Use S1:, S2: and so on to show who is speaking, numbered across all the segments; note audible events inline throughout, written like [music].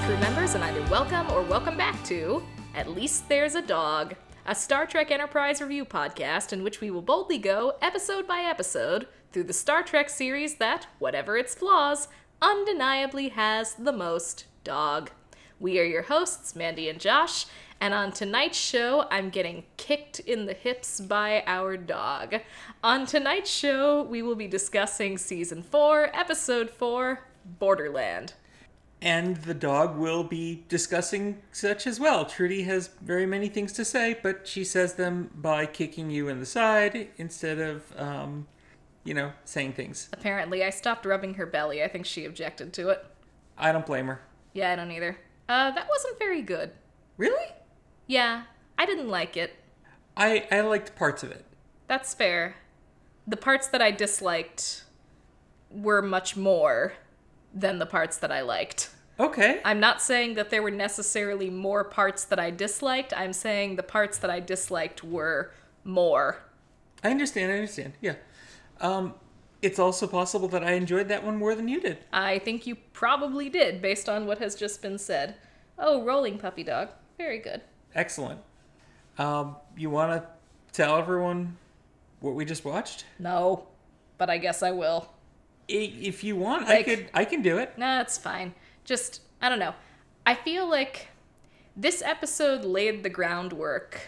S1: crew members, and either welcome or welcome back to At Least There's a Dog, a Star Trek Enterprise review podcast in which we will boldly go, episode by episode, through the Star Trek series that, whatever its flaws, undeniably has the most dog. We are your hosts, Mandy and Josh, and on tonight's show, I'm getting kicked in the hips by our dog. On tonight's show, we will be discussing season 4, episode 4, Borderland.
S2: And the dog will be discussing such as well. Trudy has very many things to say, but she says them by kicking you in the side instead of, um, you know, saying things.
S1: Apparently, I stopped rubbing her belly. I think she objected to it.
S2: I don't blame her.
S1: Yeah, I don't either. Uh, that wasn't very good.
S2: Really?
S1: Yeah, I didn't like it.
S2: I, I liked parts of it.
S1: That's fair. The parts that I disliked were much more than the parts that I liked.
S2: Okay.
S1: I'm not saying that there were necessarily more parts that I disliked. I'm saying the parts that I disliked were more.
S2: I understand. I understand. Yeah. Um, it's also possible that I enjoyed that one more than you did.
S1: I think you probably did based on what has just been said. Oh, rolling puppy dog. Very good.
S2: Excellent. Um, you want to tell everyone what we just watched?
S1: No, but I guess I will.
S2: I- If you want, I
S1: Like-
S2: could. I can do it.
S1: Nah, it's fine. Just, I don't know. I feel like this episode laid the groundwork.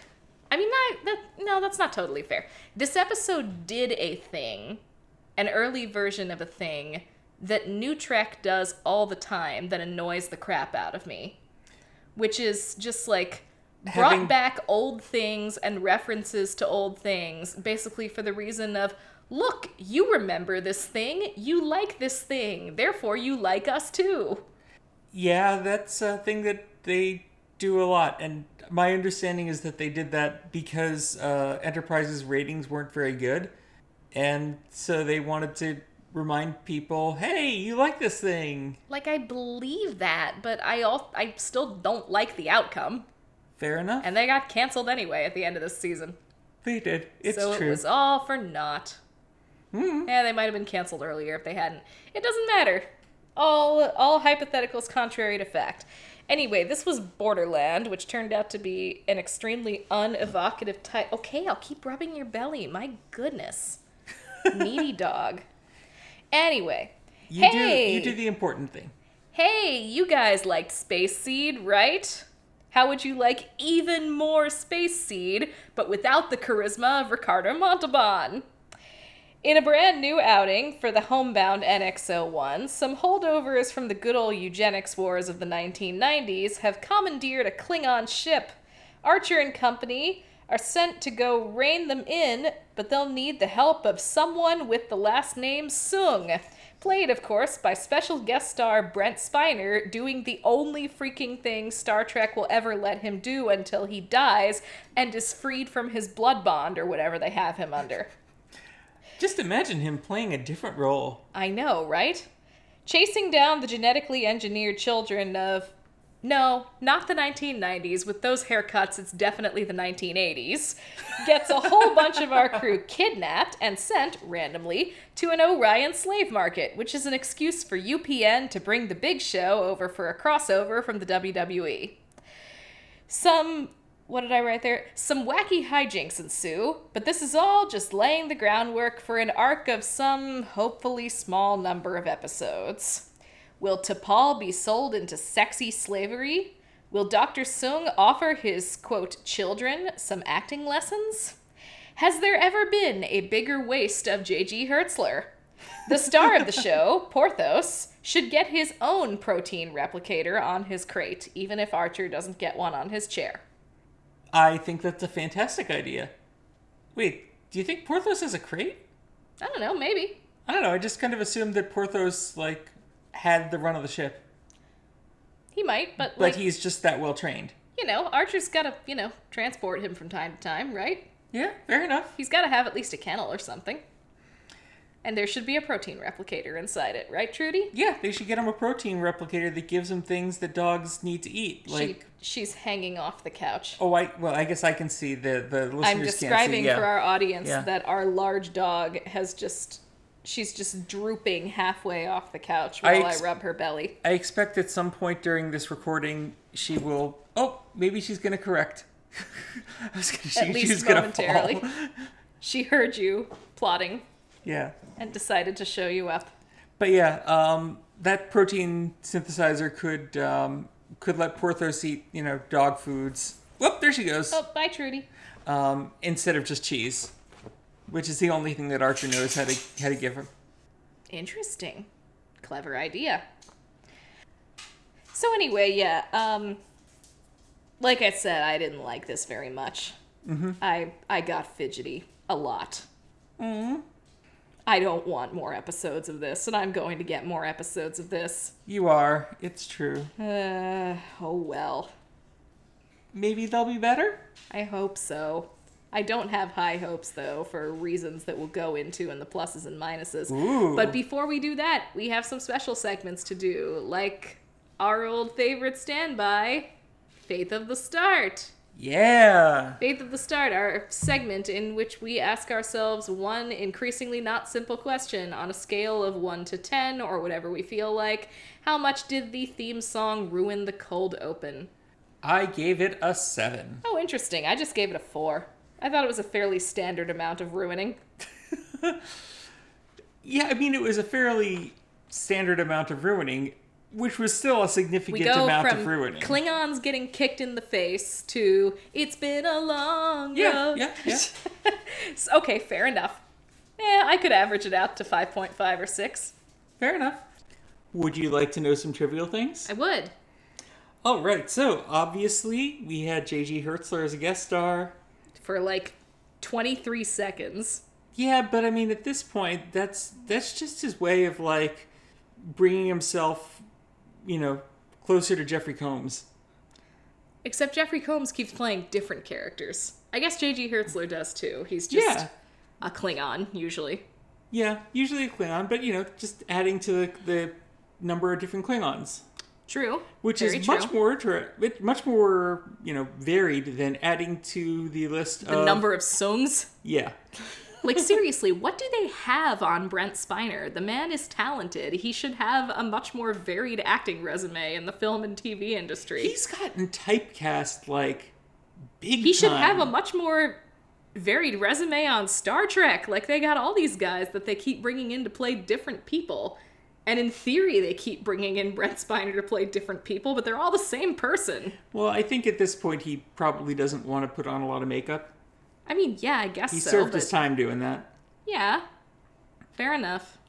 S1: I mean, I, that, no, that's not totally fair. This episode did a thing, an early version of a thing that New Trek does all the time that annoys the crap out of me, which is just like brought
S2: Having-
S1: back old things and references to old things, basically for the reason of, look, you remember this thing, you like this thing, therefore you like us too.
S2: Yeah, that's a thing that they do a lot, and my understanding is that they did that because uh, Enterprise's ratings weren't very good, and so they wanted to remind people, "Hey, you like this thing."
S1: Like I believe that, but I all I still don't like the outcome.
S2: Fair enough.
S1: And they got canceled anyway at the end of this season.
S2: they did. It's
S1: so
S2: true. Hmm.
S1: it was uh, all for naught. Yeah, they might have been canceled earlier if they hadn't. It doesn't matter. All all hypotheticals contrary to fact. Anyway, this was Borderland, which turned out to be an extremely unevocative type. Okay, I'll keep rubbing your belly. My
S2: [laughs]
S1: goodness, needy dog. Anyway,
S2: you
S1: hey!
S2: do. You do the important thing.
S1: Hey, you guys liked Space Seed, right? How would you like even more Space Seed, but without the charisma of Ricardo Montalban? In a brand new outing for the homebound NX01, some holdovers from the good old eugenics wars of the 1990s have commandeered a Klingon ship. Archer and company are sent to go rein them in, but they'll need the help of someone with the last name Sung. Played, of course, by special guest star Brent Spiner, doing the only freaking thing Star Trek will ever let him do until he dies and is freed from his blood bond or whatever they have him under.
S2: Just imagine him playing a different role.
S1: I know, right? Chasing down the genetically engineered children of. No, not the 1990s. With those haircuts, it's definitely the 1980s. Gets a whole bunch of our crew kidnapped and sent, randomly, to an Orion slave market, which is an excuse for UPN to bring the big show over for a crossover from the E. WWE some what did I write there? Some wacky hijinks ensue, but this is all just laying the groundwork for an arc of some hopefully small number of episodes. Will T'Pol be sold into sexy slavery? Will Dr. Sung offer his, quote, children some acting lessons? Has there ever been a bigger waste of J.G. Hertzler? The star of the show, Porthos, should get his own protein replicator on his crate, even if Archer doesn't get one on his chair.
S2: I think that's a fantastic idea. Wait, do you think Porthos is a crate?
S1: I don't know, maybe.
S2: I don't know. I just kind of assumed that Porthos like had the run of the ship,
S1: He might, but,
S2: but
S1: like,
S2: he's just that well trained.
S1: you know, Archer's gotta, you know, transport him from time to time, right?
S2: Yeah, fair enough.
S1: He's gotta have at least a kennel or something. And there should be a protein replicator inside it, right, Trudy?
S2: Yeah, they should get him a protein replicator that gives him things that dogs need to eat. Like,
S1: she, she's hanging off the couch.
S2: oh, I well, I guess I can see the the listeners
S1: I'm
S2: can't see.
S1: describing
S2: yeah.
S1: for our audience
S2: Yeah.
S1: that our large dog has just She's just drooping halfway off the couch while
S2: ex-
S1: I rub her belly.
S2: I expect at some point during this recording, she will. Oh, maybe she's going to correct. [laughs] I was gonna, she,
S1: At
S2: she
S1: least
S2: was gonna
S1: momentarily.
S2: fall.
S1: [laughs]
S2: [laughs]
S1: She heard you plotting
S2: Yeah,
S1: and decided to show you up.
S2: but yeah, um, that protein synthesizer could um, could let Porthos eat, you know, dog foods. Whoop! There she goes.
S1: Oh, bye, Trudy.
S2: Um, instead of just cheese, which is the only thing that Archer knows how to how to give him.
S1: Interesting. Clever idea. So anyway, yeah, um like I said, I didn't like this very much.
S2: Mm-hmm.
S1: I I got fidgety a lot. Mm.
S2: Mm-hmm.
S1: I don't want more episodes of this, and I'm going to get more episodes of this.
S2: You are. It's true.
S1: Uh, oh well.
S2: Maybe they'll be better.
S1: I hope so. I don't have high hopes though for reasons that we'll go into in the pluses and minuses.
S2: Ooh.
S1: But before we do that, we have some special segments to do, like our old favorite standby, Faith of the Start.
S2: Yeah.
S1: Faith of the Start, our segment in which we ask ourselves one increasingly not simple question on a scale of 1 to 10 or whatever we feel like. How much did the theme song ruin the cold open?
S2: I gave it a seven.
S1: Oh, interesting. I just gave it a 4. I thought it was a fairly standard amount of ruining.
S2: Yeah, I mean it was a fairly standard amount of ruining, which was still a
S1: We
S2: significant
S1: go
S2: amount
S1: from
S2: of ruining.
S1: Klingons getting kicked in the face to it's been a long
S2: Yeah,
S1: road.
S2: yeah,
S1: [laughs]
S2: yeah.
S1: S- okay, fair enough. Eh, I could average it out to 5.5 or 6.
S2: Fair enough. Would you like to know some trivial things?
S1: I would.
S2: All right. So obviously we had J.G. Hertzler as a guest star.
S1: For like 23 seconds.
S2: Yeah, but I mean, at this point, that's that's just his way of like bringing himself, you know, closer to Jeffrey Combs.
S1: Except Jeffrey Combs keeps playing different characters. I guess J.G. Hertzler does too. He's just
S2: Yeah.
S1: a Klingon, usually.
S2: Yeah, usually a Klingon, but you know, just adding to the, the number of different Klingons,
S1: True.
S2: which
S1: Very
S2: is
S1: true.
S2: much more inter- it- much more you know varied than adding to the list
S1: The
S2: of
S1: number of Sungs.
S2: Yeah, [laughs]
S1: Like, seriously, what do they have on Brent Spiner? The man is talented. He should have a much more varied acting resume in the film and TV industry.
S2: he's gotten typecast like big.
S1: he should
S2: time.
S1: have a much more varied resume on Star Trek. Like, they got all these guys that they keep bringing in to play different people. And in theory, they keep bringing in Brent Spiner to play different people, but they're all the same person.
S2: Well, I think at this point he probably doesn't want to put on a lot of makeup.
S1: I mean, yeah, I guess
S2: He
S1: so.
S2: served
S1: but
S2: his time doing that.
S1: Yeah. Fair enough.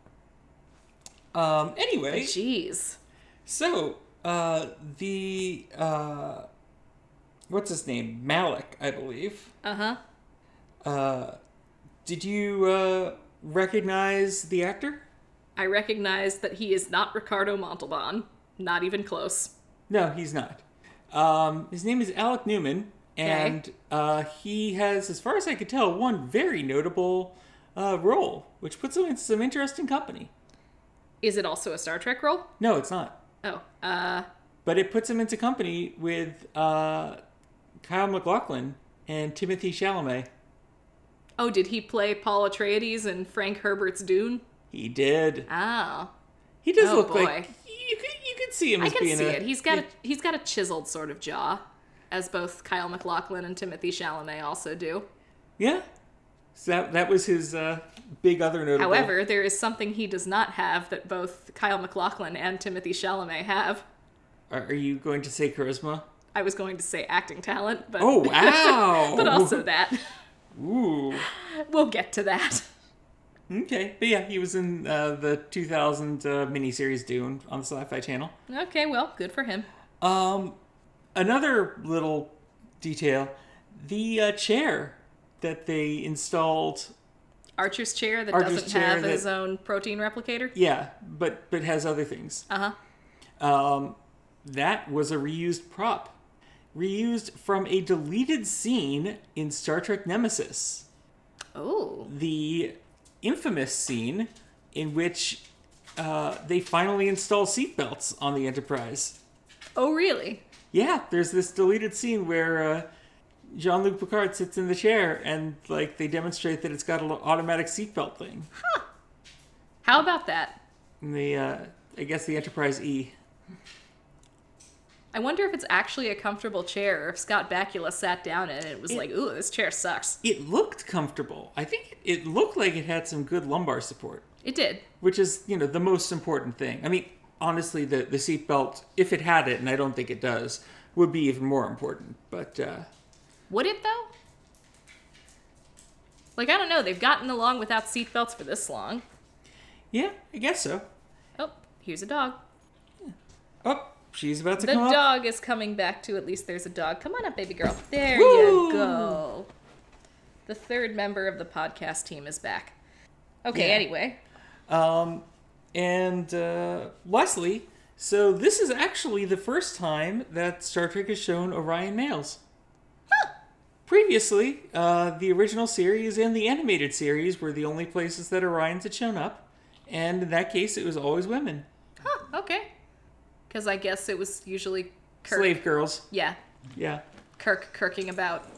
S2: Um, anyway,
S1: Jeez.
S2: so uh, the uh, what's his name, Malik, I believe.
S1: Uh huh.
S2: Uh, did you uh, recognize the actor?
S1: I recognize that he is not Ricardo Montalban. Not even close.
S2: No, he's not. Um, his name is Alec Newman, and uh, he has, as far as I could tell, one very notable uh, role, which puts him in some interesting company.
S1: Is it also a Star Trek role?
S2: No, it's not.
S1: Oh, uh,
S2: But it puts him into company with uh, Kyle McLaughlin and Timothy Chalamet.
S1: oh, did he play Paul Atreides in Frank Herbert's Dune?
S2: He did.
S1: Oh,
S2: He does
S1: Oh,
S2: look
S1: boy.
S2: like you could you could see him.
S1: I
S2: as
S1: can
S2: being
S1: see
S2: a-
S1: it. He's got a he's got a chiseled sort of jaw, as both Kyle MacLachlan and Timothy Chalamet also do.
S2: yeah. So that that was his uh, big other notable.
S1: However, there is something he does not have that both Kyle MacLachlan and Timothy Chalamet have.
S2: are, are you going to say
S1: [laughs]
S2: charisma?
S1: I was going to say acting talent, but
S2: Oh wow!
S1: [laughs] but also that.
S2: ooh.
S1: We'll get to that.
S2: Okay, but yeah, he was in uh, the 2000 uh, miniseries Dune on the Sci-Fi Channel.
S1: Okay, well, good for him.
S2: Um, another little detail: the uh, chair that they installed.
S1: Archer's chair that
S2: Archer's
S1: doesn't
S2: chair
S1: have
S2: that-
S1: his own protein replicator.
S2: Yeah, but but has other things.
S1: Uh huh.
S2: Um, that was a reused prop, reused from a deleted scene in Star Trek Nemesis.
S1: Oh.
S2: the infamous scene in which uh, they finally install seatbelts on the Enterprise.
S1: Oh, really?
S2: Yeah, there's this deleted scene where uh, Jean Luc Picard sits in the chair and like they demonstrate that it's got an automatic seatbelt thing. Huh.
S1: How about that?
S2: And The uh, I guess the Enterprise E.
S1: I wonder if it's actually a comfortable chair or if Scott Bakula sat down in it and was like, ooh, this chair sucks.
S2: It looked comfortable. I think it looked like it had some good lumbar support,
S1: It did.
S2: which is you know the most important thing. I mean, honestly, the the seatbelt, if it had it, and I don't think it does, would be even more important. But uh,
S1: Would it though? Like, I don't know. They've gotten along without seatbelts for this long.
S2: yeah, I guess so.
S1: Oh, here's a dog.
S2: Oh, she's about to
S1: The
S2: come up.
S1: dog is coming back to at least there's a dog. Come on up, baby girl. There
S2: Woo!
S1: you go. The third member of the podcast team is back. Okay,
S2: Yeah.
S1: anyway.
S2: Um, and uh, Leslie. So this is actually the first time that Star Trek has shown Orion males. Previously, uh, the original series and the animated series were the only places that Orions had shown up, and in that case, it was always women,
S1: Huh, okay. Because I guess it was usually Kirk.
S2: slave girls.
S1: Yeah,
S2: Yeah,
S1: Kirk kirking about.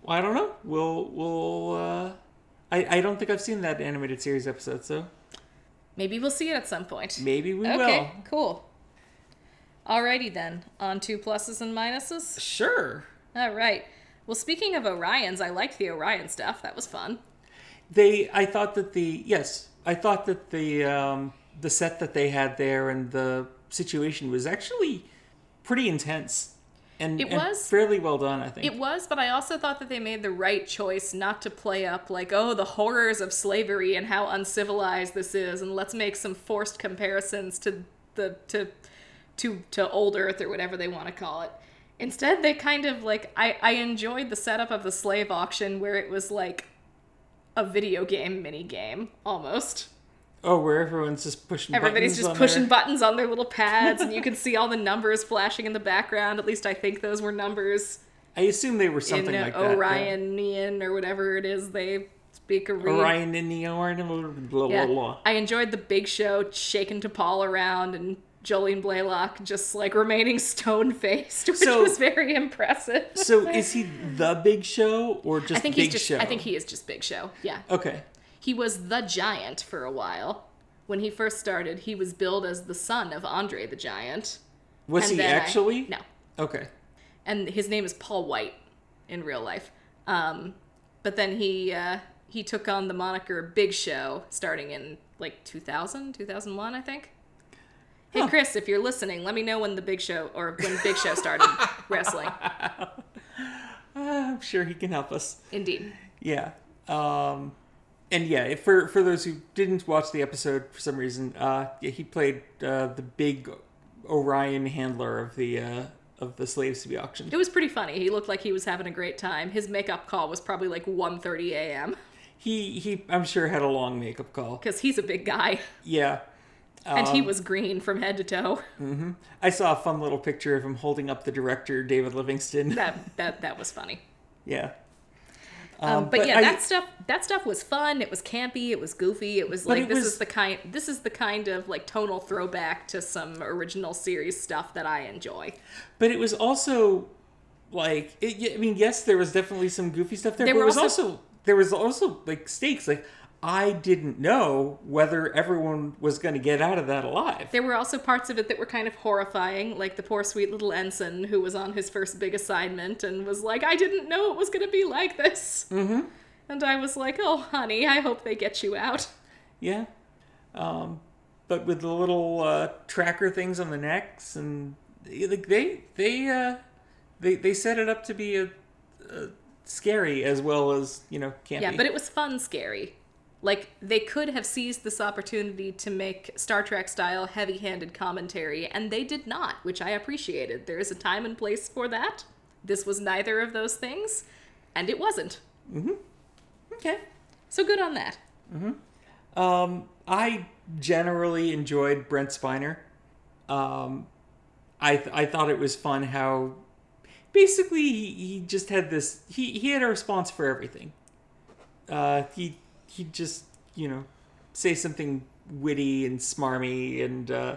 S2: well, I don't know. We'll we'll. Uh, I I don't think I've seen that animated series episode, so
S1: Maybe we'll see it at some point.
S2: maybe we
S1: okay, cool. Alrighty then, on to pluses and
S2: will.
S1: minuses.
S2: Sure.
S1: All right. Well, speaking of Orions, I liked the Orion stuff. That was fun.
S2: They, I thought that the yes, I thought that the um, the set that they had there and the situation was actually pretty intense, and
S1: It
S2: and
S1: was.
S2: fairly well done. I think
S1: It was, but I also thought that they made the right choice not to play up like, oh, the horrors of slavery and how uncivilized this is, and let's make some forced comparisons to the to to to old Earth or whatever they want to call it. Instead, they kind of like I I enjoyed the setup of the slave auction where it was like a video game mini game almost.
S2: oh, where everyone's just pushing.
S1: Everybody's
S2: buttons
S1: just
S2: on
S1: pushing
S2: their-
S1: buttons on their little pads, and you can see all the numbers flashing in the background. At least I think those were numbers
S2: I assume they were something
S1: in uh,
S2: like that. yeah.
S1: Orionian or whatever it is they speak or read.
S2: Orion in the Orion. Blah, blah, blah,
S1: Yeah. [laughs]
S2: blah.
S1: I enjoyed the big show shaking to Paul around and Jolene Blaylock just like remaining [laughs] stone faced, [laughs] which
S2: So-
S1: was very
S2: [laughs]
S1: impressive.
S2: So is he the Big Show or just
S1: I think
S2: Big
S1: he's just
S2: Show?
S1: I think he is just Big Show. Yeah.
S2: Okay.
S1: He was the giant for a while. When he first started, he was billed as the son of Andre the Giant.
S2: Was he
S1: then I-
S2: actually?
S1: no.
S2: Okay.
S1: and his name is Paul White in real life. Um, but then he uh, he took on the moniker Big Show starting in like 2000, 2001, I think. Hey
S2: Huh.
S1: Chris, if you're listening, let me know when the Big Show or when Big Show
S2: [laughs]
S1: started wrestling.
S2: Uh, I'm sure he can help us.
S1: Indeed.
S2: Yeah. Um, and yeah, if- for for those who didn't watch the episode for some reason, uh, yeah, he played uh, the big Orion handler of the uh, of the slaves to be auctioned.
S1: It was pretty funny. He looked like he was having a great time. His makeup call was probably like 1:30 a.m.
S2: He he, I'm sure had a long makeup call.
S1: cuz he's a big guy
S2: Yeah.
S1: and he
S2: Um,
S1: was green from head to toe. [laughs]
S2: I saw a fun little picture of him holding up the director David Livingston. [laughs]
S1: That that that was funny.
S2: yeah.
S1: Um, but, yeah,
S2: I-
S1: that stuff that stuff was fun. It was campy. It was goofy. It was like
S2: it
S1: this
S2: was-
S1: is the kind this is the kind of like tonal throwback to some original series stuff that I enjoy.
S2: But it was also like it, yeah, I mean, yes, there was definitely some goofy stuff there,
S1: There
S2: but
S1: were
S2: it was
S1: also-
S2: also, there was also like stakes. Like I didn't know whether everyone was going to get out of that alive.
S1: There were also parts of it that were kind of horrifying, like the poor sweet little ensign who was on his first big assignment and was like, "I didn't know it was going to be like this," mm-hmm. and I was like, "Oh, honey, I hope they get you out."
S2: Yeah, um, but with the little uh, tracker things on the necks and like they they uh, they they set it up to be a, a scary as well as you know campy.
S1: Yeah, but it was fun, scary. Like they could have seized this opportunity to make Star Trek style heavy-handed commentary, and they did not, which I appreciated. There is a time and place for that. This was neither of those things, and it wasn't.
S2: okay.
S1: So good on that.
S2: Um, I generally enjoyed Brent Spiner. Um, I th- I thought it was fun how basically he, he just had this he, he had a response for everything. Uh, he he just you know say something witty and smarmy and uh,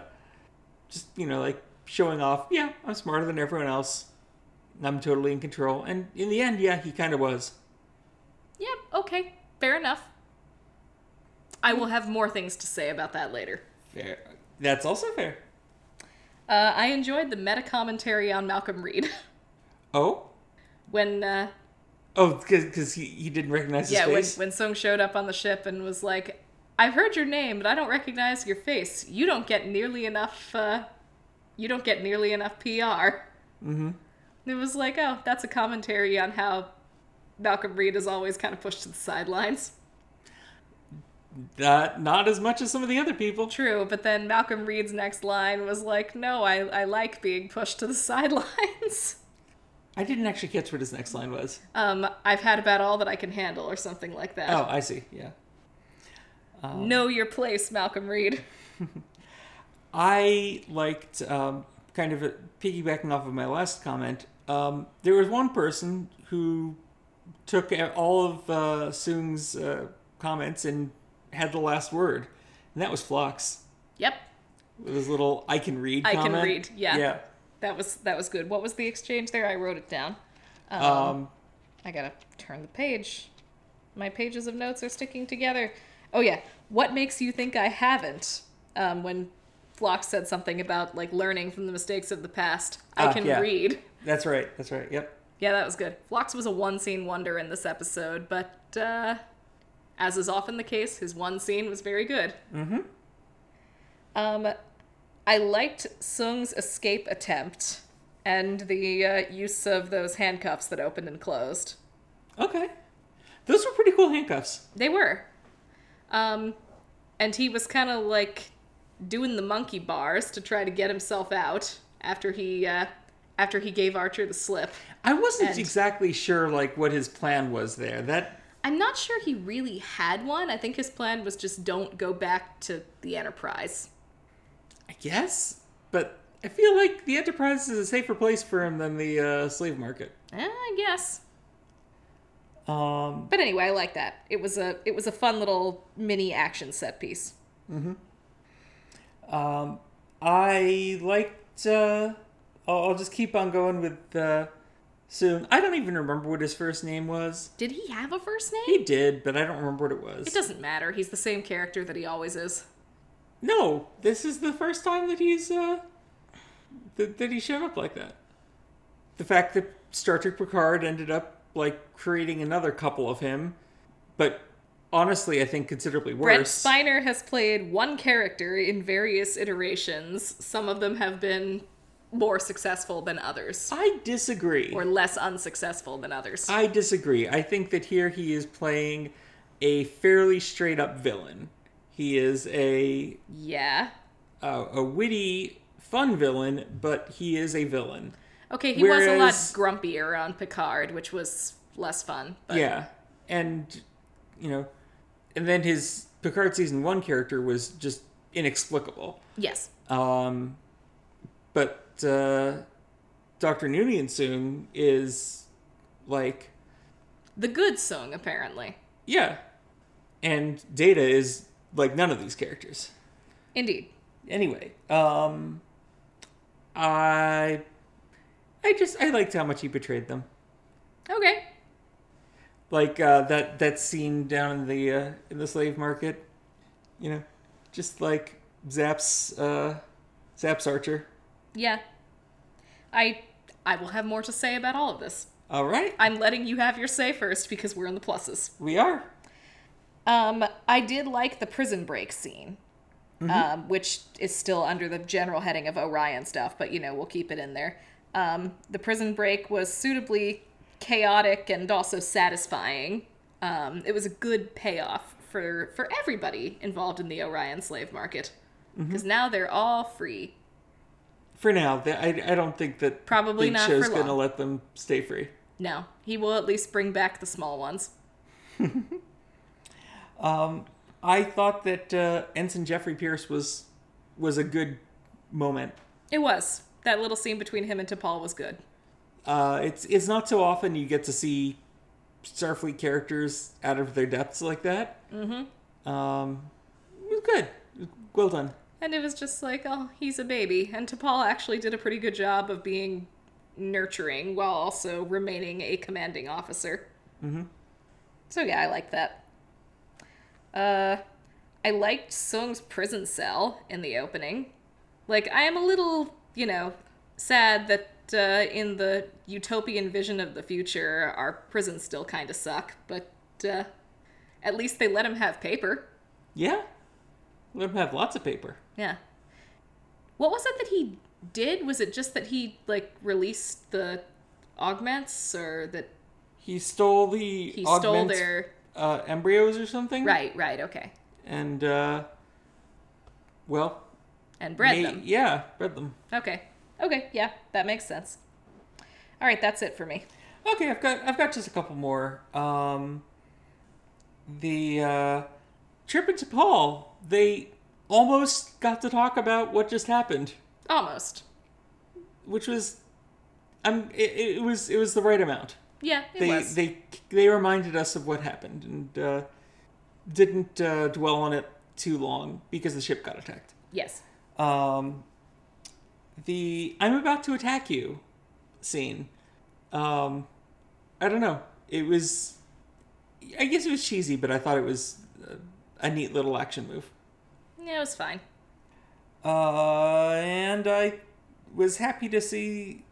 S2: just you know like showing off. Yeah, I'm smarter than everyone else. and I'm totally in control. And in the end, yeah, he kind of was.
S1: Yeah, okay, fair enough. I will have more things to say about that later.
S2: Fair. That's also fair.
S1: Uh, I enjoyed the meta commentary on Malcolm Reed [laughs]
S2: Oh?
S1: when, uh,
S2: Oh, because he, he didn't recognize his
S1: yeah, when,
S2: face?
S1: when Sung showed up on the ship and was like, "I've heard your name, but I don't recognize your face. You don't get nearly enough. Uh, you don't get nearly enough PR." Mm-hmm. It was like, oh, that's a commentary on how Malcolm Reed is always kind of pushed to the sidelines.
S2: Uh, not as much as some of the other people.
S1: True, but then Malcolm Reed's next line was like, no, I, I like being pushed to the sidelines. [laughs]
S2: I didn't actually catch what his next line was.
S1: Um, I've had about all that I can handle, or something like that.
S2: Oh, I see. Yeah. Oh.
S1: Know your place, Malcolm Reed.
S2: I liked, um, kind of piggybacking off of my last comment, um, there was one person who took all of uh, Soong's uh, comments and had the last word, and that was Phlox.
S1: Yep,
S2: With his little I can read
S1: I can
S2: comment.
S1: read, yeah.
S2: Yeah.
S1: that was that was good. What was the exchange there? I wrote it down. Um,
S2: Um,
S1: I gotta turn the page. My pages of notes are sticking together. Oh yeah, what makes you think I haven't? Um, when Flock said something about like learning from the mistakes of the past, I
S2: Ah,
S1: can
S2: yeah.
S1: read.
S2: that's right. That's right. Yep.
S1: Yeah, that was good. Phlox was a one scene wonder in this episode, but uh, as is often the case, his one scene was very good. Mm hmm. Um, I liked Sung's escape attempt and the uh, use of those handcuffs that opened and closed.
S2: Okay. Those were pretty cool handcuffs.
S1: They were. Um, and he was kind of like doing the monkey bars to try to get himself out after he uh, after he gave Archer the slip.
S2: I wasn't
S1: And-
S2: exactly sure like what his plan was there. That
S1: I'm not sure he really had one. I think his plan was just don't go back to the Enterprise.
S2: I guess, but I feel like the Enterprise is a safer place for him than the uh, slave market.
S1: Eh, I guess.
S2: Um,
S1: But anyway, I like that. It was a it was a fun little mini action set piece.
S2: um, I liked. Uh, I'll, I'll just keep on going with uh, soon. I don't even remember what his first name was.
S1: Did he have a first name?
S2: He did, but I don't remember what it was.
S1: It doesn't matter. He's the same character that he always is.
S2: No, this is the first time that he's uh that, that he showed up like that. The fact that Star Trek Picard ended up like creating another couple of him, but honestly, I think considerably
S1: Brent
S2: worse.
S1: Spiner has played one character in various iterations. Some of them have been more successful than others,
S2: I disagree.
S1: or less unsuccessful than others.
S2: I disagree. I think that here he is playing a fairly straight up villain. He is a
S1: yeah.
S2: uh, a witty, fun villain, but he is a villain.
S1: Okay, he
S2: Whereas-
S1: was a lot grumpier on Picard, which was less fun. But
S2: Yeah, and you know, and then his Picard season one character was just inexplicable.
S1: yes,
S2: Um, but uh, Doctor Noonien Soong is like,
S1: the good song apparently.
S2: yeah, and Data is like none of these characters.
S1: Indeed.
S2: Anyway, um, I, I just I liked how much he betrayed them.
S1: Okay.
S2: like uh, that that scene down in the uh, in the slave market, you know, just like Zaps uh, Zaps Archer.
S1: Yeah. I I will have more to say about all of this.
S2: All right,
S1: I'm letting you have your say first because we're in the pluses.
S2: we are.
S1: Um, I did like the prison break scene, um, which is still under the general heading of Orion stuff, but you know we'll keep it in there. Um, the prison break was suitably chaotic and also satisfying. Um, it was a good payoff for for everybody involved in the Orion slave market because now they're all free.
S2: For now, th- I I don't think that
S1: Probably
S2: Big
S1: not
S2: Show's
S1: for
S2: gonna
S1: long.
S2: let them stay free.
S1: No, he will at least bring back the small ones.
S2: I thought that uh, Ensign Jeffrey Pierce was was a good moment.
S1: It was that little scene between him and T'Pol was good.
S2: Uh, it's it's not so often you get to see Starfleet characters out of their depths like that. Mm-hmm. Um, it was good. Well done.
S1: And it was just like, oh, he's a baby. And T'Pol actually did a pretty good job of being nurturing while also remaining a commanding officer. Mm-hmm. So yeah, I like that. Uh, I liked Sung's prison cell in the opening. Like, I am a little, you know, sad that uh, in the utopian vision of the future, our prisons still kind of suck, but uh, at least they let him have paper.
S2: Yeah. Let him have lots of paper.
S1: Yeah. What was it that he did? Was it just that he, like, released the augments or that
S2: He stole the
S1: he stole
S2: augments,
S1: their.
S2: uh, embryos or something.
S1: Right, right, okay.
S2: And, uh, well,
S1: And bred
S2: ma-
S1: them.
S2: yeah, bred them.
S1: Okay. Okay, yeah, that makes sense. All right, that's it for me.
S2: Okay, I've got I've got just a couple more. Um, the uh, trip into Paul, they almost got to talk about what just happened,
S1: Almost.
S2: which was, I'm it, it was it was the right amount.
S1: Yeah, it
S2: they
S1: was.
S2: they they reminded us of what happened and uh, didn't uh, dwell on it too long because the ship got attacked.
S1: yes.
S2: Um, the I'm about to attack you scene. Um, I don't know. It was, I guess it was cheesy, but I thought it was uh, a neat little action move.
S1: Yeah, it was fine.
S2: Uh, and I was happy to see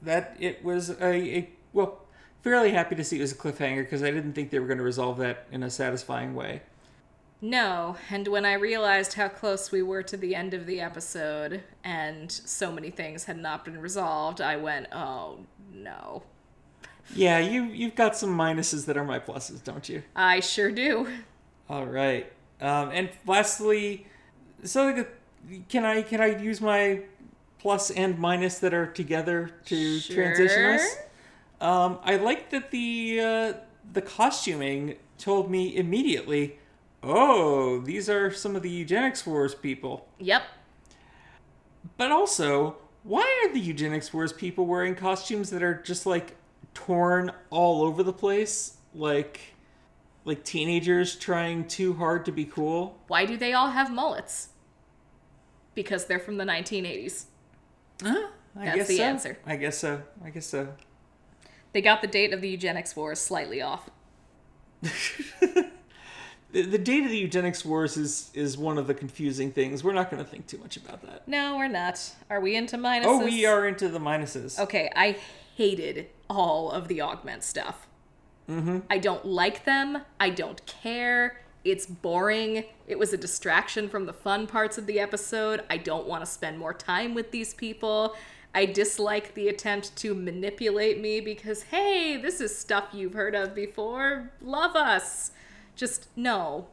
S2: that it was a, a well, fairly happy to see it was a cliffhanger because I didn't think they were going to resolve that in a satisfying way.
S1: No, and when I realized how close we were to the end of the episode and so many things had not been resolved, I went, oh no.
S2: Yeah, you you've got some minuses that are my pluses, don't you?
S1: I sure do.
S2: All right. Um, and lastly, so that- can I can I use my plus and minus that are together to transition us?
S1: Sure.
S2: Um, I like that the uh, the costuming told me immediately. Oh, these are some of the eugenics wars people.
S1: Yep.
S2: But also, why are the eugenics wars people wearing costumes that are just like torn all over the place, like like teenagers trying too hard to be cool?
S1: Why do they all have mullets? Because they're from the 1980s.
S2: Huh? I
S1: That's
S2: guess
S1: the
S2: so.
S1: answer.
S2: I guess so. I guess so.
S1: They got the date of the eugenics wars slightly off.
S2: The, the date of the eugenics wars is is one of the confusing things. We're not going to think too much about that.
S1: No, we're not. Are we into minuses?
S2: Oh, we are into the minuses.
S1: Okay, I hated all of the augment stuff. Mm-hmm. I don't like them. I don't care. It's boring. It was a distraction from the fun parts of the episode. I don't want to spend more time with these people. I dislike the attempt to manipulate me because, hey, this is stuff you've heard of before. Love us. Just no.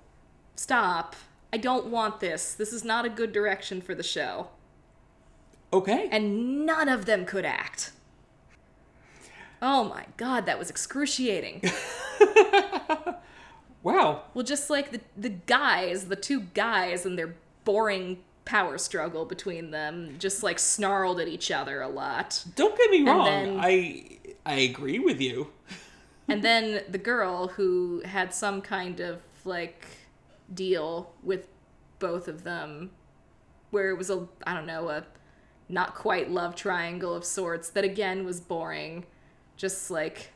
S1: Stop. I don't want this. This is not a good direction for the show.
S2: Okay.
S1: And none of them could act. Oh my god, that was excruciating.
S2: Wow.
S1: well, just like the, the guys, the two guys and their boring power struggle between them, just like snarled at each other a lot.
S2: Don't get me wrong.
S1: then-
S2: I I agree with you.
S1: And then the girl who had some kind of like deal with both of them where it was a I don't know, a not quite love triangle of sorts that again was boring. Just like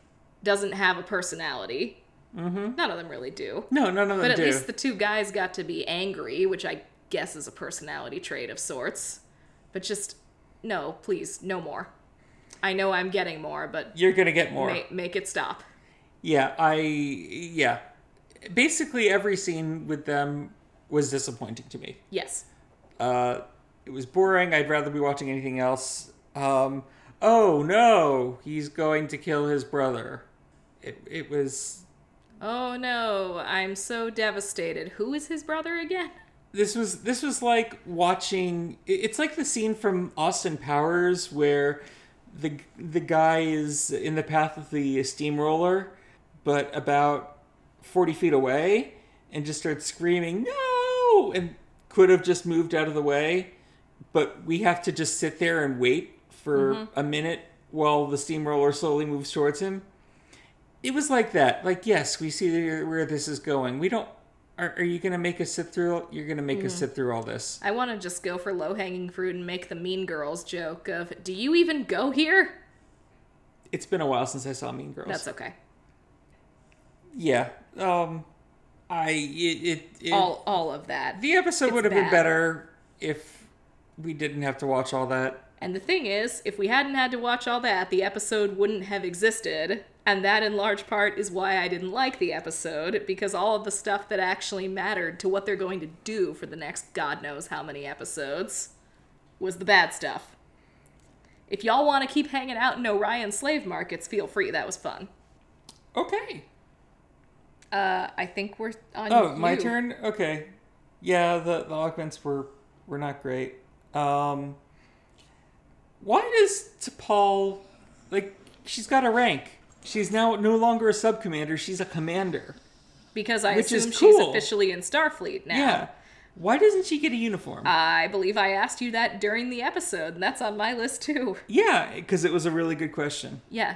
S1: doesn't have a personality. Mm-hmm. None of them really do.
S2: No, none of them
S1: But at
S2: do.
S1: least the two guys got to be angry, which I guess is a personality trait of sorts. But just no, please, no more. I know I'm getting more, but
S2: You're gonna get more.
S1: ma- make it stop.
S2: Yeah, I yeah. Basically, every scene with them was disappointing to me.
S1: Yes.
S2: Uh, it was boring. I'd rather be watching anything else. Um, oh no, he's going to kill his brother. It it was
S1: Oh no, I'm so devastated. Who is his brother again?
S2: this was this was like watching it- it's like the scene from austin powers where the the guy is in the path of the steamroller but about 40 feet away and just starts screaming no and could have just moved out of the way but we have to just sit there and wait for a minute while the steamroller slowly moves towards him it was like that. Like, yes, we see where this is going. We don't. Are, are you going to make us sit through? You're going to
S1: Mm-hmm.
S2: make us sit through all this.
S1: I want to just go for low hanging fruit and make the mean girls joke of, do you even go here?
S2: It's been a while since I saw Mean Girls.
S1: That's okay.
S2: yeah. Um, I it it, it
S1: all all of that.
S2: the episode
S1: it's
S2: would have been
S1: bad.
S2: better if we didn't have to watch all that.
S1: And the thing is, if we hadn't had to watch all that, the episode wouldn't have existed. And that, in large part, is why I didn't like the episode, because all of the stuff that actually mattered to what they're going to do for the next God knows how many episodes was the bad stuff. If y'all want to keep hanging out in Orion slave markets, feel free. That was fun.
S2: Okay.
S1: Uh, I think we're on.
S2: Oh, my
S1: you.
S2: turn. Okay. Yeah, the the augments were were not great. Um Why does T'Pol like she's got a rank? She's now no longer a sub commander. She's a commander.
S1: Because I
S2: Which is
S1: assume she's
S2: cool.
S1: officially in Starfleet now.
S2: Yeah. Why doesn't she get a uniform?
S1: I believe I asked you that during the episode, and that's on my list too. [laughs]
S2: yeah, because it was a really good question.
S1: Yeah,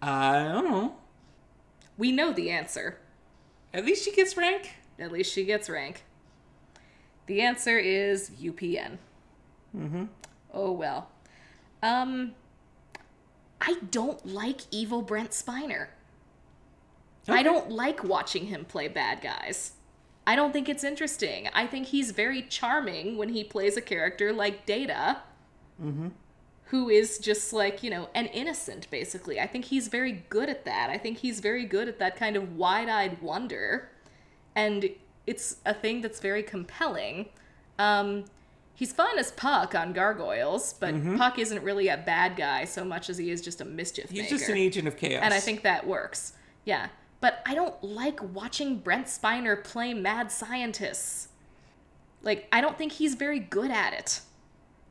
S2: I don't know.
S1: we know the answer.
S2: At least she gets rank.
S1: At least she gets rank. The answer is UPN.
S2: Mm-hmm.
S1: Oh well. Um I don't like evil Brent Spiner. I
S2: Okay.
S1: don't like watching him play bad guys. I don't think it's interesting. I think he's very charming when he plays a character like Data,
S2: Mm-hmm.
S1: who is just like, you know, an innocent, basically. I think he's very good at that. I think he's very good at that kind of wide eyed wonder. And it's a thing that's very compelling. Um, he's fun as Puck on Gargoyles, but
S2: Mm-hmm.
S1: Puck isn't really a bad guy so much as he is just a mischief
S2: He's
S1: maker
S2: just an agent of chaos.
S1: and I think that works. Yeah, but I don't like watching Brent Spiner play mad scientists. Like I don't think he's very good at it.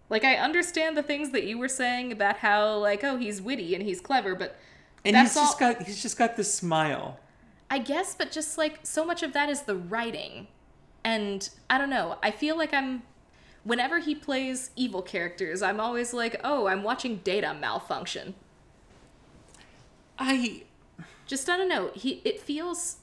S1: Like I understand the things that you were saying about how like oh he's witty and he's clever, but
S2: and
S1: that's
S2: he's just
S1: all-
S2: got he's just got this smile.
S1: I guess but just like so much of that is the writing. And I don't know, I feel like I'm whenever he plays evil characters, I'm always like, "Oh, I'm watching data malfunction."
S2: I
S1: just I don't know. He it feels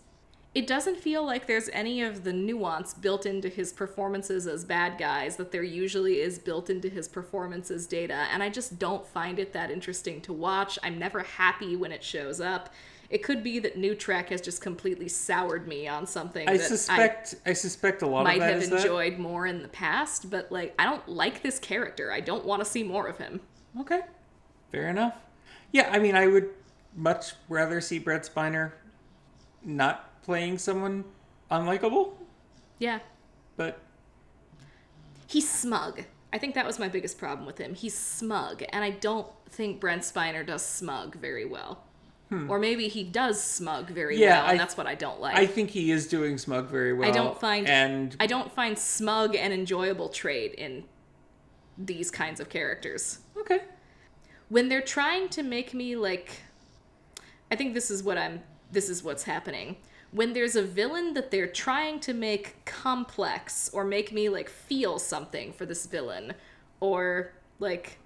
S1: it doesn't feel like there's any of the nuance built into his performances as bad guys that there usually is built into his performance as data, and I just don't find it that interesting to watch. I'm never happy when it shows up. It could be that New Trek has just completely soured me on something
S2: I
S1: that
S2: suspect I, suspect a
S1: I
S2: lot of
S1: might
S2: that
S1: have
S2: is that.
S1: enjoyed more in the past, but like I don't like this character. I don't want to see more of him.
S2: Okay. Fair enough. Yeah, I mean, I would much rather see Brett Spiner not playing someone unlikable,
S1: Yeah.
S2: but
S1: he's smug. I think that was my biggest problem with him. He's smug, and I don't think Brent Spiner does smug very well. Or maybe he does smug very
S2: Hmm. Yeah,
S1: well, and
S2: I-
S1: that's what I don't like.
S2: I think he is doing Smug very well.
S1: I don't find
S2: and
S1: I don't find smug an enjoyable trait in these kinds of characters.
S2: okay,
S1: When they're trying to make me like I think this is what I'm this is what's happening. When there's a villain that they're trying to make complex or make me like feel something for this villain or like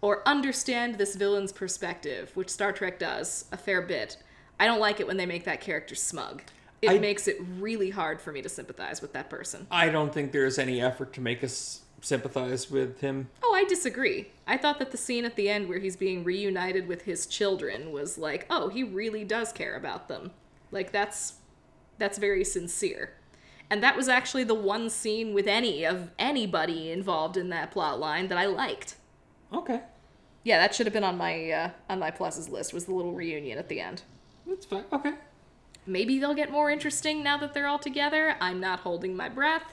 S1: or understand this villain's perspective, which Star Trek does a fair bit. I don't like it when they make that character smug. It
S2: I-
S1: makes it really hard for me to sympathize with that person.
S2: I don't think there is any effort to make us sympathize with him.
S1: Oh, I disagree. I thought that the scene at the end where he's being reunited with his children was like, oh, he really does care about them. Like that's that's very sincere. And that was actually the one scene with any of anybody involved in that plot line that I liked.
S2: Okay,
S1: Yeah, that should have been on my uh, on my pluses list was the little reunion at the end.
S2: that's fine. Okay,
S1: Maybe they'll get more interesting now that they're all together. I'm not holding my breath,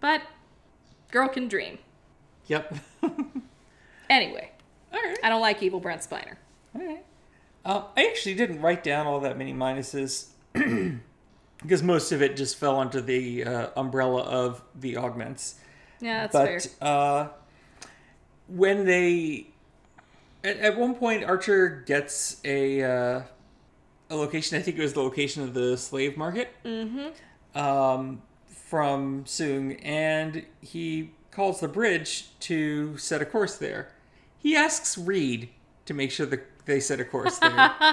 S1: but girl can dream.
S2: yep. [laughs] all
S1: Anyway,
S2: right,
S1: I don't like evil Brent Spiner.
S2: all right. Uh, I actually didn't write down all that many minuses. [clears throat] Because most of it just fell under the uh, umbrella of the augments.
S1: Yeah, that's fair.
S2: but uh, when they at, at one point archer gets a uh, a location i think it was the location of the slave market
S1: Mm-hmm.
S2: um, from sung and he calls the bridge to set a course there he asks reed to make sure that they set a course there
S1: [laughs]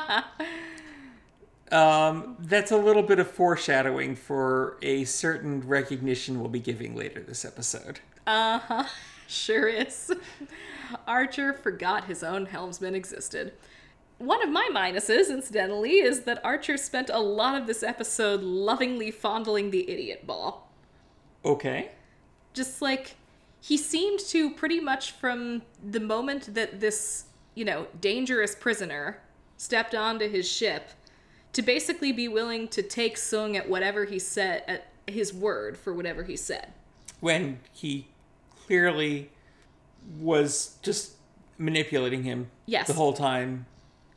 S2: Um, that's a little bit of foreshadowing for a certain recognition we'll be giving later this episode.
S1: Uh huh. Sure is. Archer forgot his own helmsman existed. One of my minuses, incidentally, is that Archer spent a lot of this episode lovingly fondling the idiot ball.
S2: Okay.
S1: Just like he seemed to pretty much from the moment that this, you know, dangerous prisoner stepped onto his ship to basically be willing to take Sung at whatever he said at his word for whatever he said.
S2: When he clearly was just manipulating him
S1: Yes.
S2: the whole time.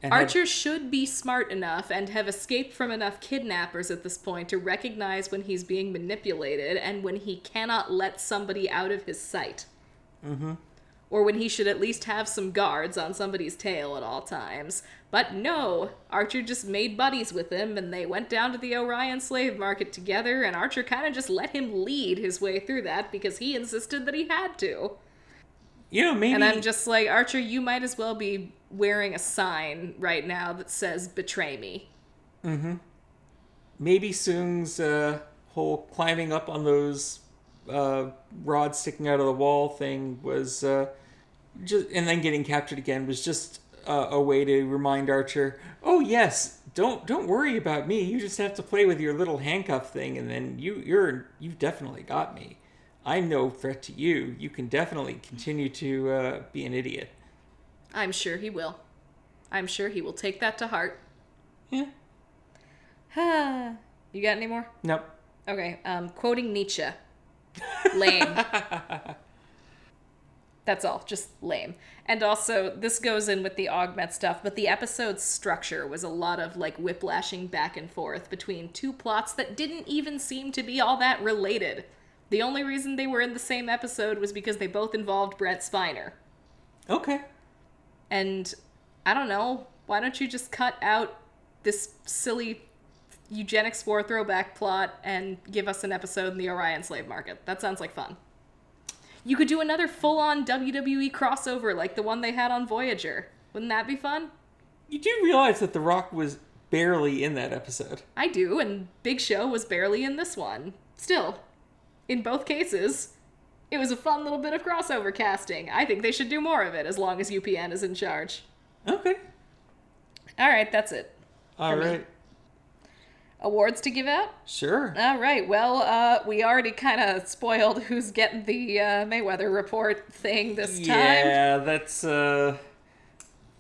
S2: And had-
S1: Archer should be smart enough and have escaped from enough kidnappers at this point to recognize when he's being manipulated and when he cannot let somebody out of his sight. Mm-hmm. Or when he should at least have some guards on somebody's tail at all times. But no, Archer just made buddies with him and they went down to the Orion slave market together, and Archer kind of just let him lead his way through that because he insisted that he had to.
S2: you know, maybe
S1: And I'm just like, Archer, you might as well be wearing a sign right now that says betray me.
S2: maybe Soong's uh, whole climbing up on those uh, rods sticking out of the wall thing was uh, just, and then getting captured again was just uh, a way to remind Archer, oh yes, don't don't worry about me. You just have to play with your little handcuff thing, and then you you're you've definitely got me. I'm no threat to you. You can definitely continue to uh, be an idiot.
S1: I'm sure he will. I'm sure he will take that to heart. [sighs]
S2: Yeah.
S1: you got any more?
S2: Nope.
S1: Okay, um, quoting Nietzsche. Lame. That's all, just lame. And also, this goes in with the augment stuff, but the episode's structure was a lot of like whiplashing back and forth between two plots that didn't even seem to be all that related. The only reason they were in the same episode was because they both involved Brett Spiner.
S2: Okay.
S1: And I don't know, why don't you just cut out this silly eugenics war throwback plot and give us an episode in the Orion slave market? That sounds like fun. You could do another full on WWE E crossover like the one they had on Voyager. Wouldn't that be fun?
S2: You do realize that The Rock was barely in that episode.
S1: I do, and Big Show was barely in this one. Still, in both cases, it was a fun little bit of crossover casting. I think they should do more of it as long as UPN is in charge.
S2: Okay.
S1: All right, that's it.
S2: All
S1: me.
S2: right.
S1: Awards to give out?
S2: Sure.
S1: All right. Well, uh, we already kind of spoiled who's getting the uh, Mayweather report thing this time.
S2: Yeah, that's uh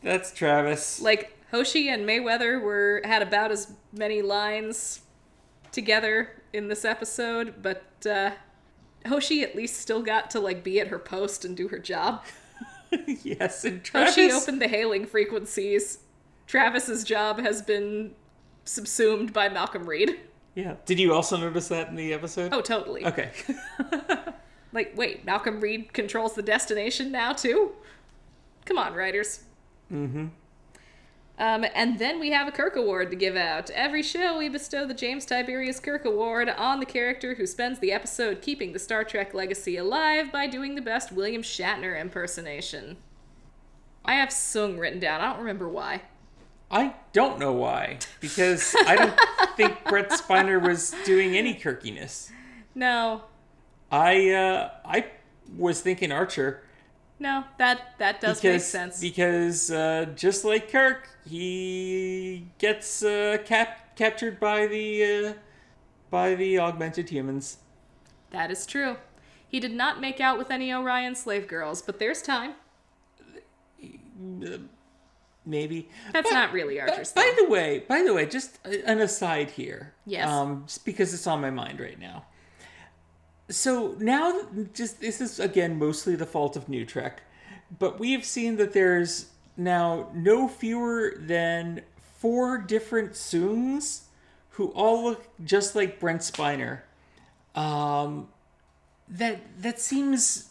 S2: that's Travis.
S1: Like Hoshi and Mayweather were had about as many lines together in this episode, but uh, Hoshi at least still got to like be at her post and do her
S2: [laughs]
S1: job.
S2: [laughs] yes, and
S1: Hoshi
S2: Travis.
S1: opened the hailing frequencies. Travis's job has been subsumed by Malcolm Reed.
S2: yeah. Did you also notice that in the episode?
S1: Oh, totally.
S2: Okay. [laughs]
S1: Like, wait, Malcolm Reed controls the destination now, too? Come on, writers. Mm hmm. Um, and then we have a Kirk Award to give out. Every show, we bestow the James Tiberius Kirk Award on the character who spends the episode keeping the Star Trek legacy alive by doing the best William Shatner impersonation. I have Sung written down. I don't remember why.
S2: I don't know why because I
S1: [laughs]
S2: don't think Brett Spiner was doing any kirkiness.
S1: No,
S2: I uh I was thinking Archer
S1: no, that that does make
S2: because
S1: sense.
S2: because uh, just like Kirk, he gets uh, cap- captured by the uh, by the augmented humans.
S1: that is true. He did not make out with any Orion slave girls, but there's time.
S2: Maybe
S1: That's
S2: But-
S1: not really
S2: By-
S1: Archer's
S2: By
S1: thing.
S2: the way, by the way, just a- an aside here.
S1: Yes.
S2: Um, just because it's on my mind right now. So now, th- just this is again mostly the fault of New Trek, but we have seen that there's now no fewer than four different Soongs who all look just like Brent Spiner. Um, that that seems.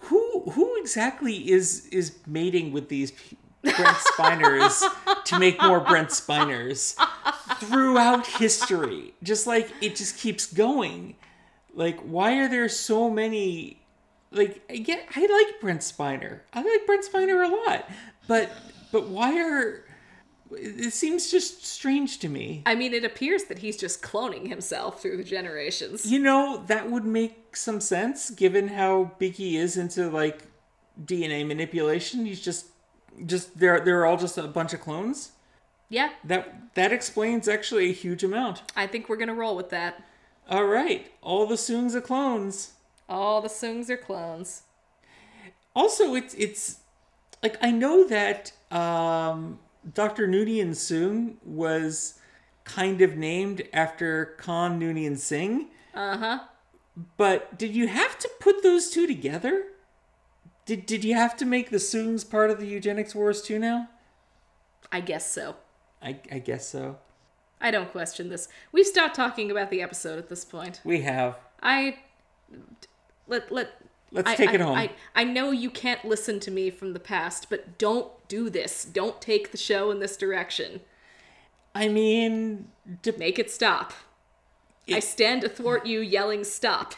S2: Who who exactly is is mating with these pe- Brent Spiners to make more Brent Spiners throughout history? Just like it just keeps going. Like why are there so many? Like I get I like Brent Spiner. I like Brent Spiner a lot, but but why are? It seems just strange to me.
S1: I mean, it appears that he's just cloning himself through the generations.
S2: You know, that would make some sense given how big he is into like DNA manipulation. He's just just they're they're all just a bunch of clones.
S1: Yeah,
S2: That that explains actually a huge amount.
S1: I think we're gonna roll with that.
S2: All right, all the Soongs are clones.
S1: All the Soongs are clones.
S2: Also, it's it's like I know that um, Dr. Noonien Soong was kind of named after Khan Noonien Singh.
S1: Uh huh.
S2: But did you have to put those two together? Did did you have to make the Soongs part of the eugenics wars too now?
S1: I guess so.
S2: I I guess so.
S1: I don't question this. We've stopped talking about the episode at this point.
S2: We have.
S1: I let let.
S2: Let's
S1: I-
S2: take
S1: I-
S2: it home.
S1: I, I know you can't listen to me from the past, but don't do this. Don't take the show in this direction.
S2: I mean, d-
S1: Make it stop. I
S2: It-
S1: stand athwart you yelling stop.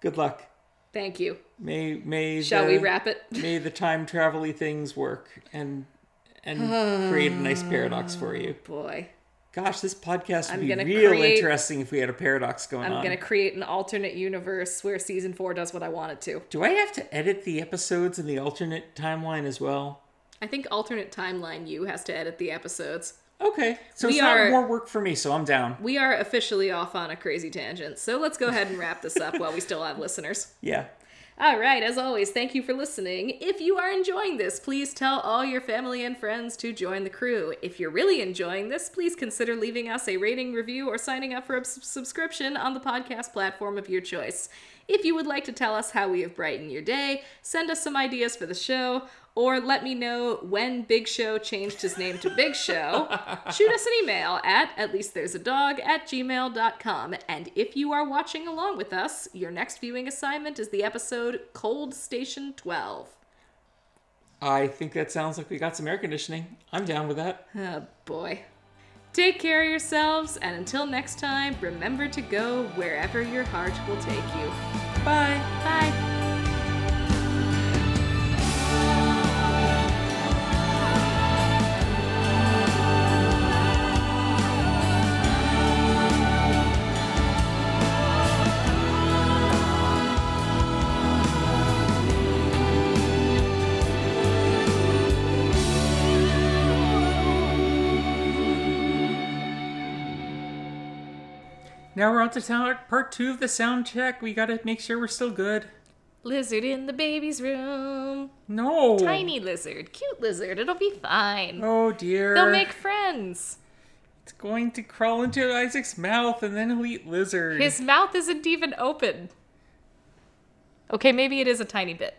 S2: good luck.
S1: Thank you.
S2: May may
S1: Shall we
S2: the-
S1: wrap it? [laughs]
S2: May the time travel-y things work and and create a nice paradox for you.
S1: Boy,
S2: Gosh, this podcast would
S1: I'm
S2: be
S1: gonna
S2: real
S1: create-
S2: interesting if we had a paradox going
S1: I'm
S2: on.
S1: gonna create an alternate universe where season four does what I want it to.
S2: Do I have to edit the episodes in the alternate timeline as well?
S1: I think alternate timeline you has to edit the episodes.
S2: Okay, so
S1: We
S2: it's
S1: are-
S2: not more work for me, so I'm down.
S1: We are officially off on a crazy tangent, so let's [laughs] go ahead and wrap this up while we still have listeners.
S2: Yeah.
S1: All right, as always, thank you for listening. If you are enjoying this, please tell all your family and friends to join the crew. If you're really enjoying this, please consider leaving us a rating, review, or signing up for a s- subscription on the podcast platform of your choice. If you would like to tell us how we have brightened your day, send us some ideas for the show, or let me know when Big Show changed his name to Big Show, shoot us an email at at least there's a dog at gmail.com. And if you are watching along with us, your next viewing assignment is the episode Cold Station 12.
S2: I think that sounds like we got some air conditioning. I'm down with that.
S1: Oh boy. Take care of yourselves, and until next time, remember to go wherever your heart will take you.
S2: Bye.
S1: Bye.
S2: Now we're on to sound part two of the sound check. We gotta make sure we're still good.
S1: Lizard in the baby's room.
S2: No.
S1: Tiny lizard, cute lizard, it'll be fine.
S2: Oh dear.
S1: They'll make friends.
S2: It's going to crawl into Isaac's mouth and then he'll eat lizard.
S1: His mouth isn't even open. Okay, maybe it is a tiny bit.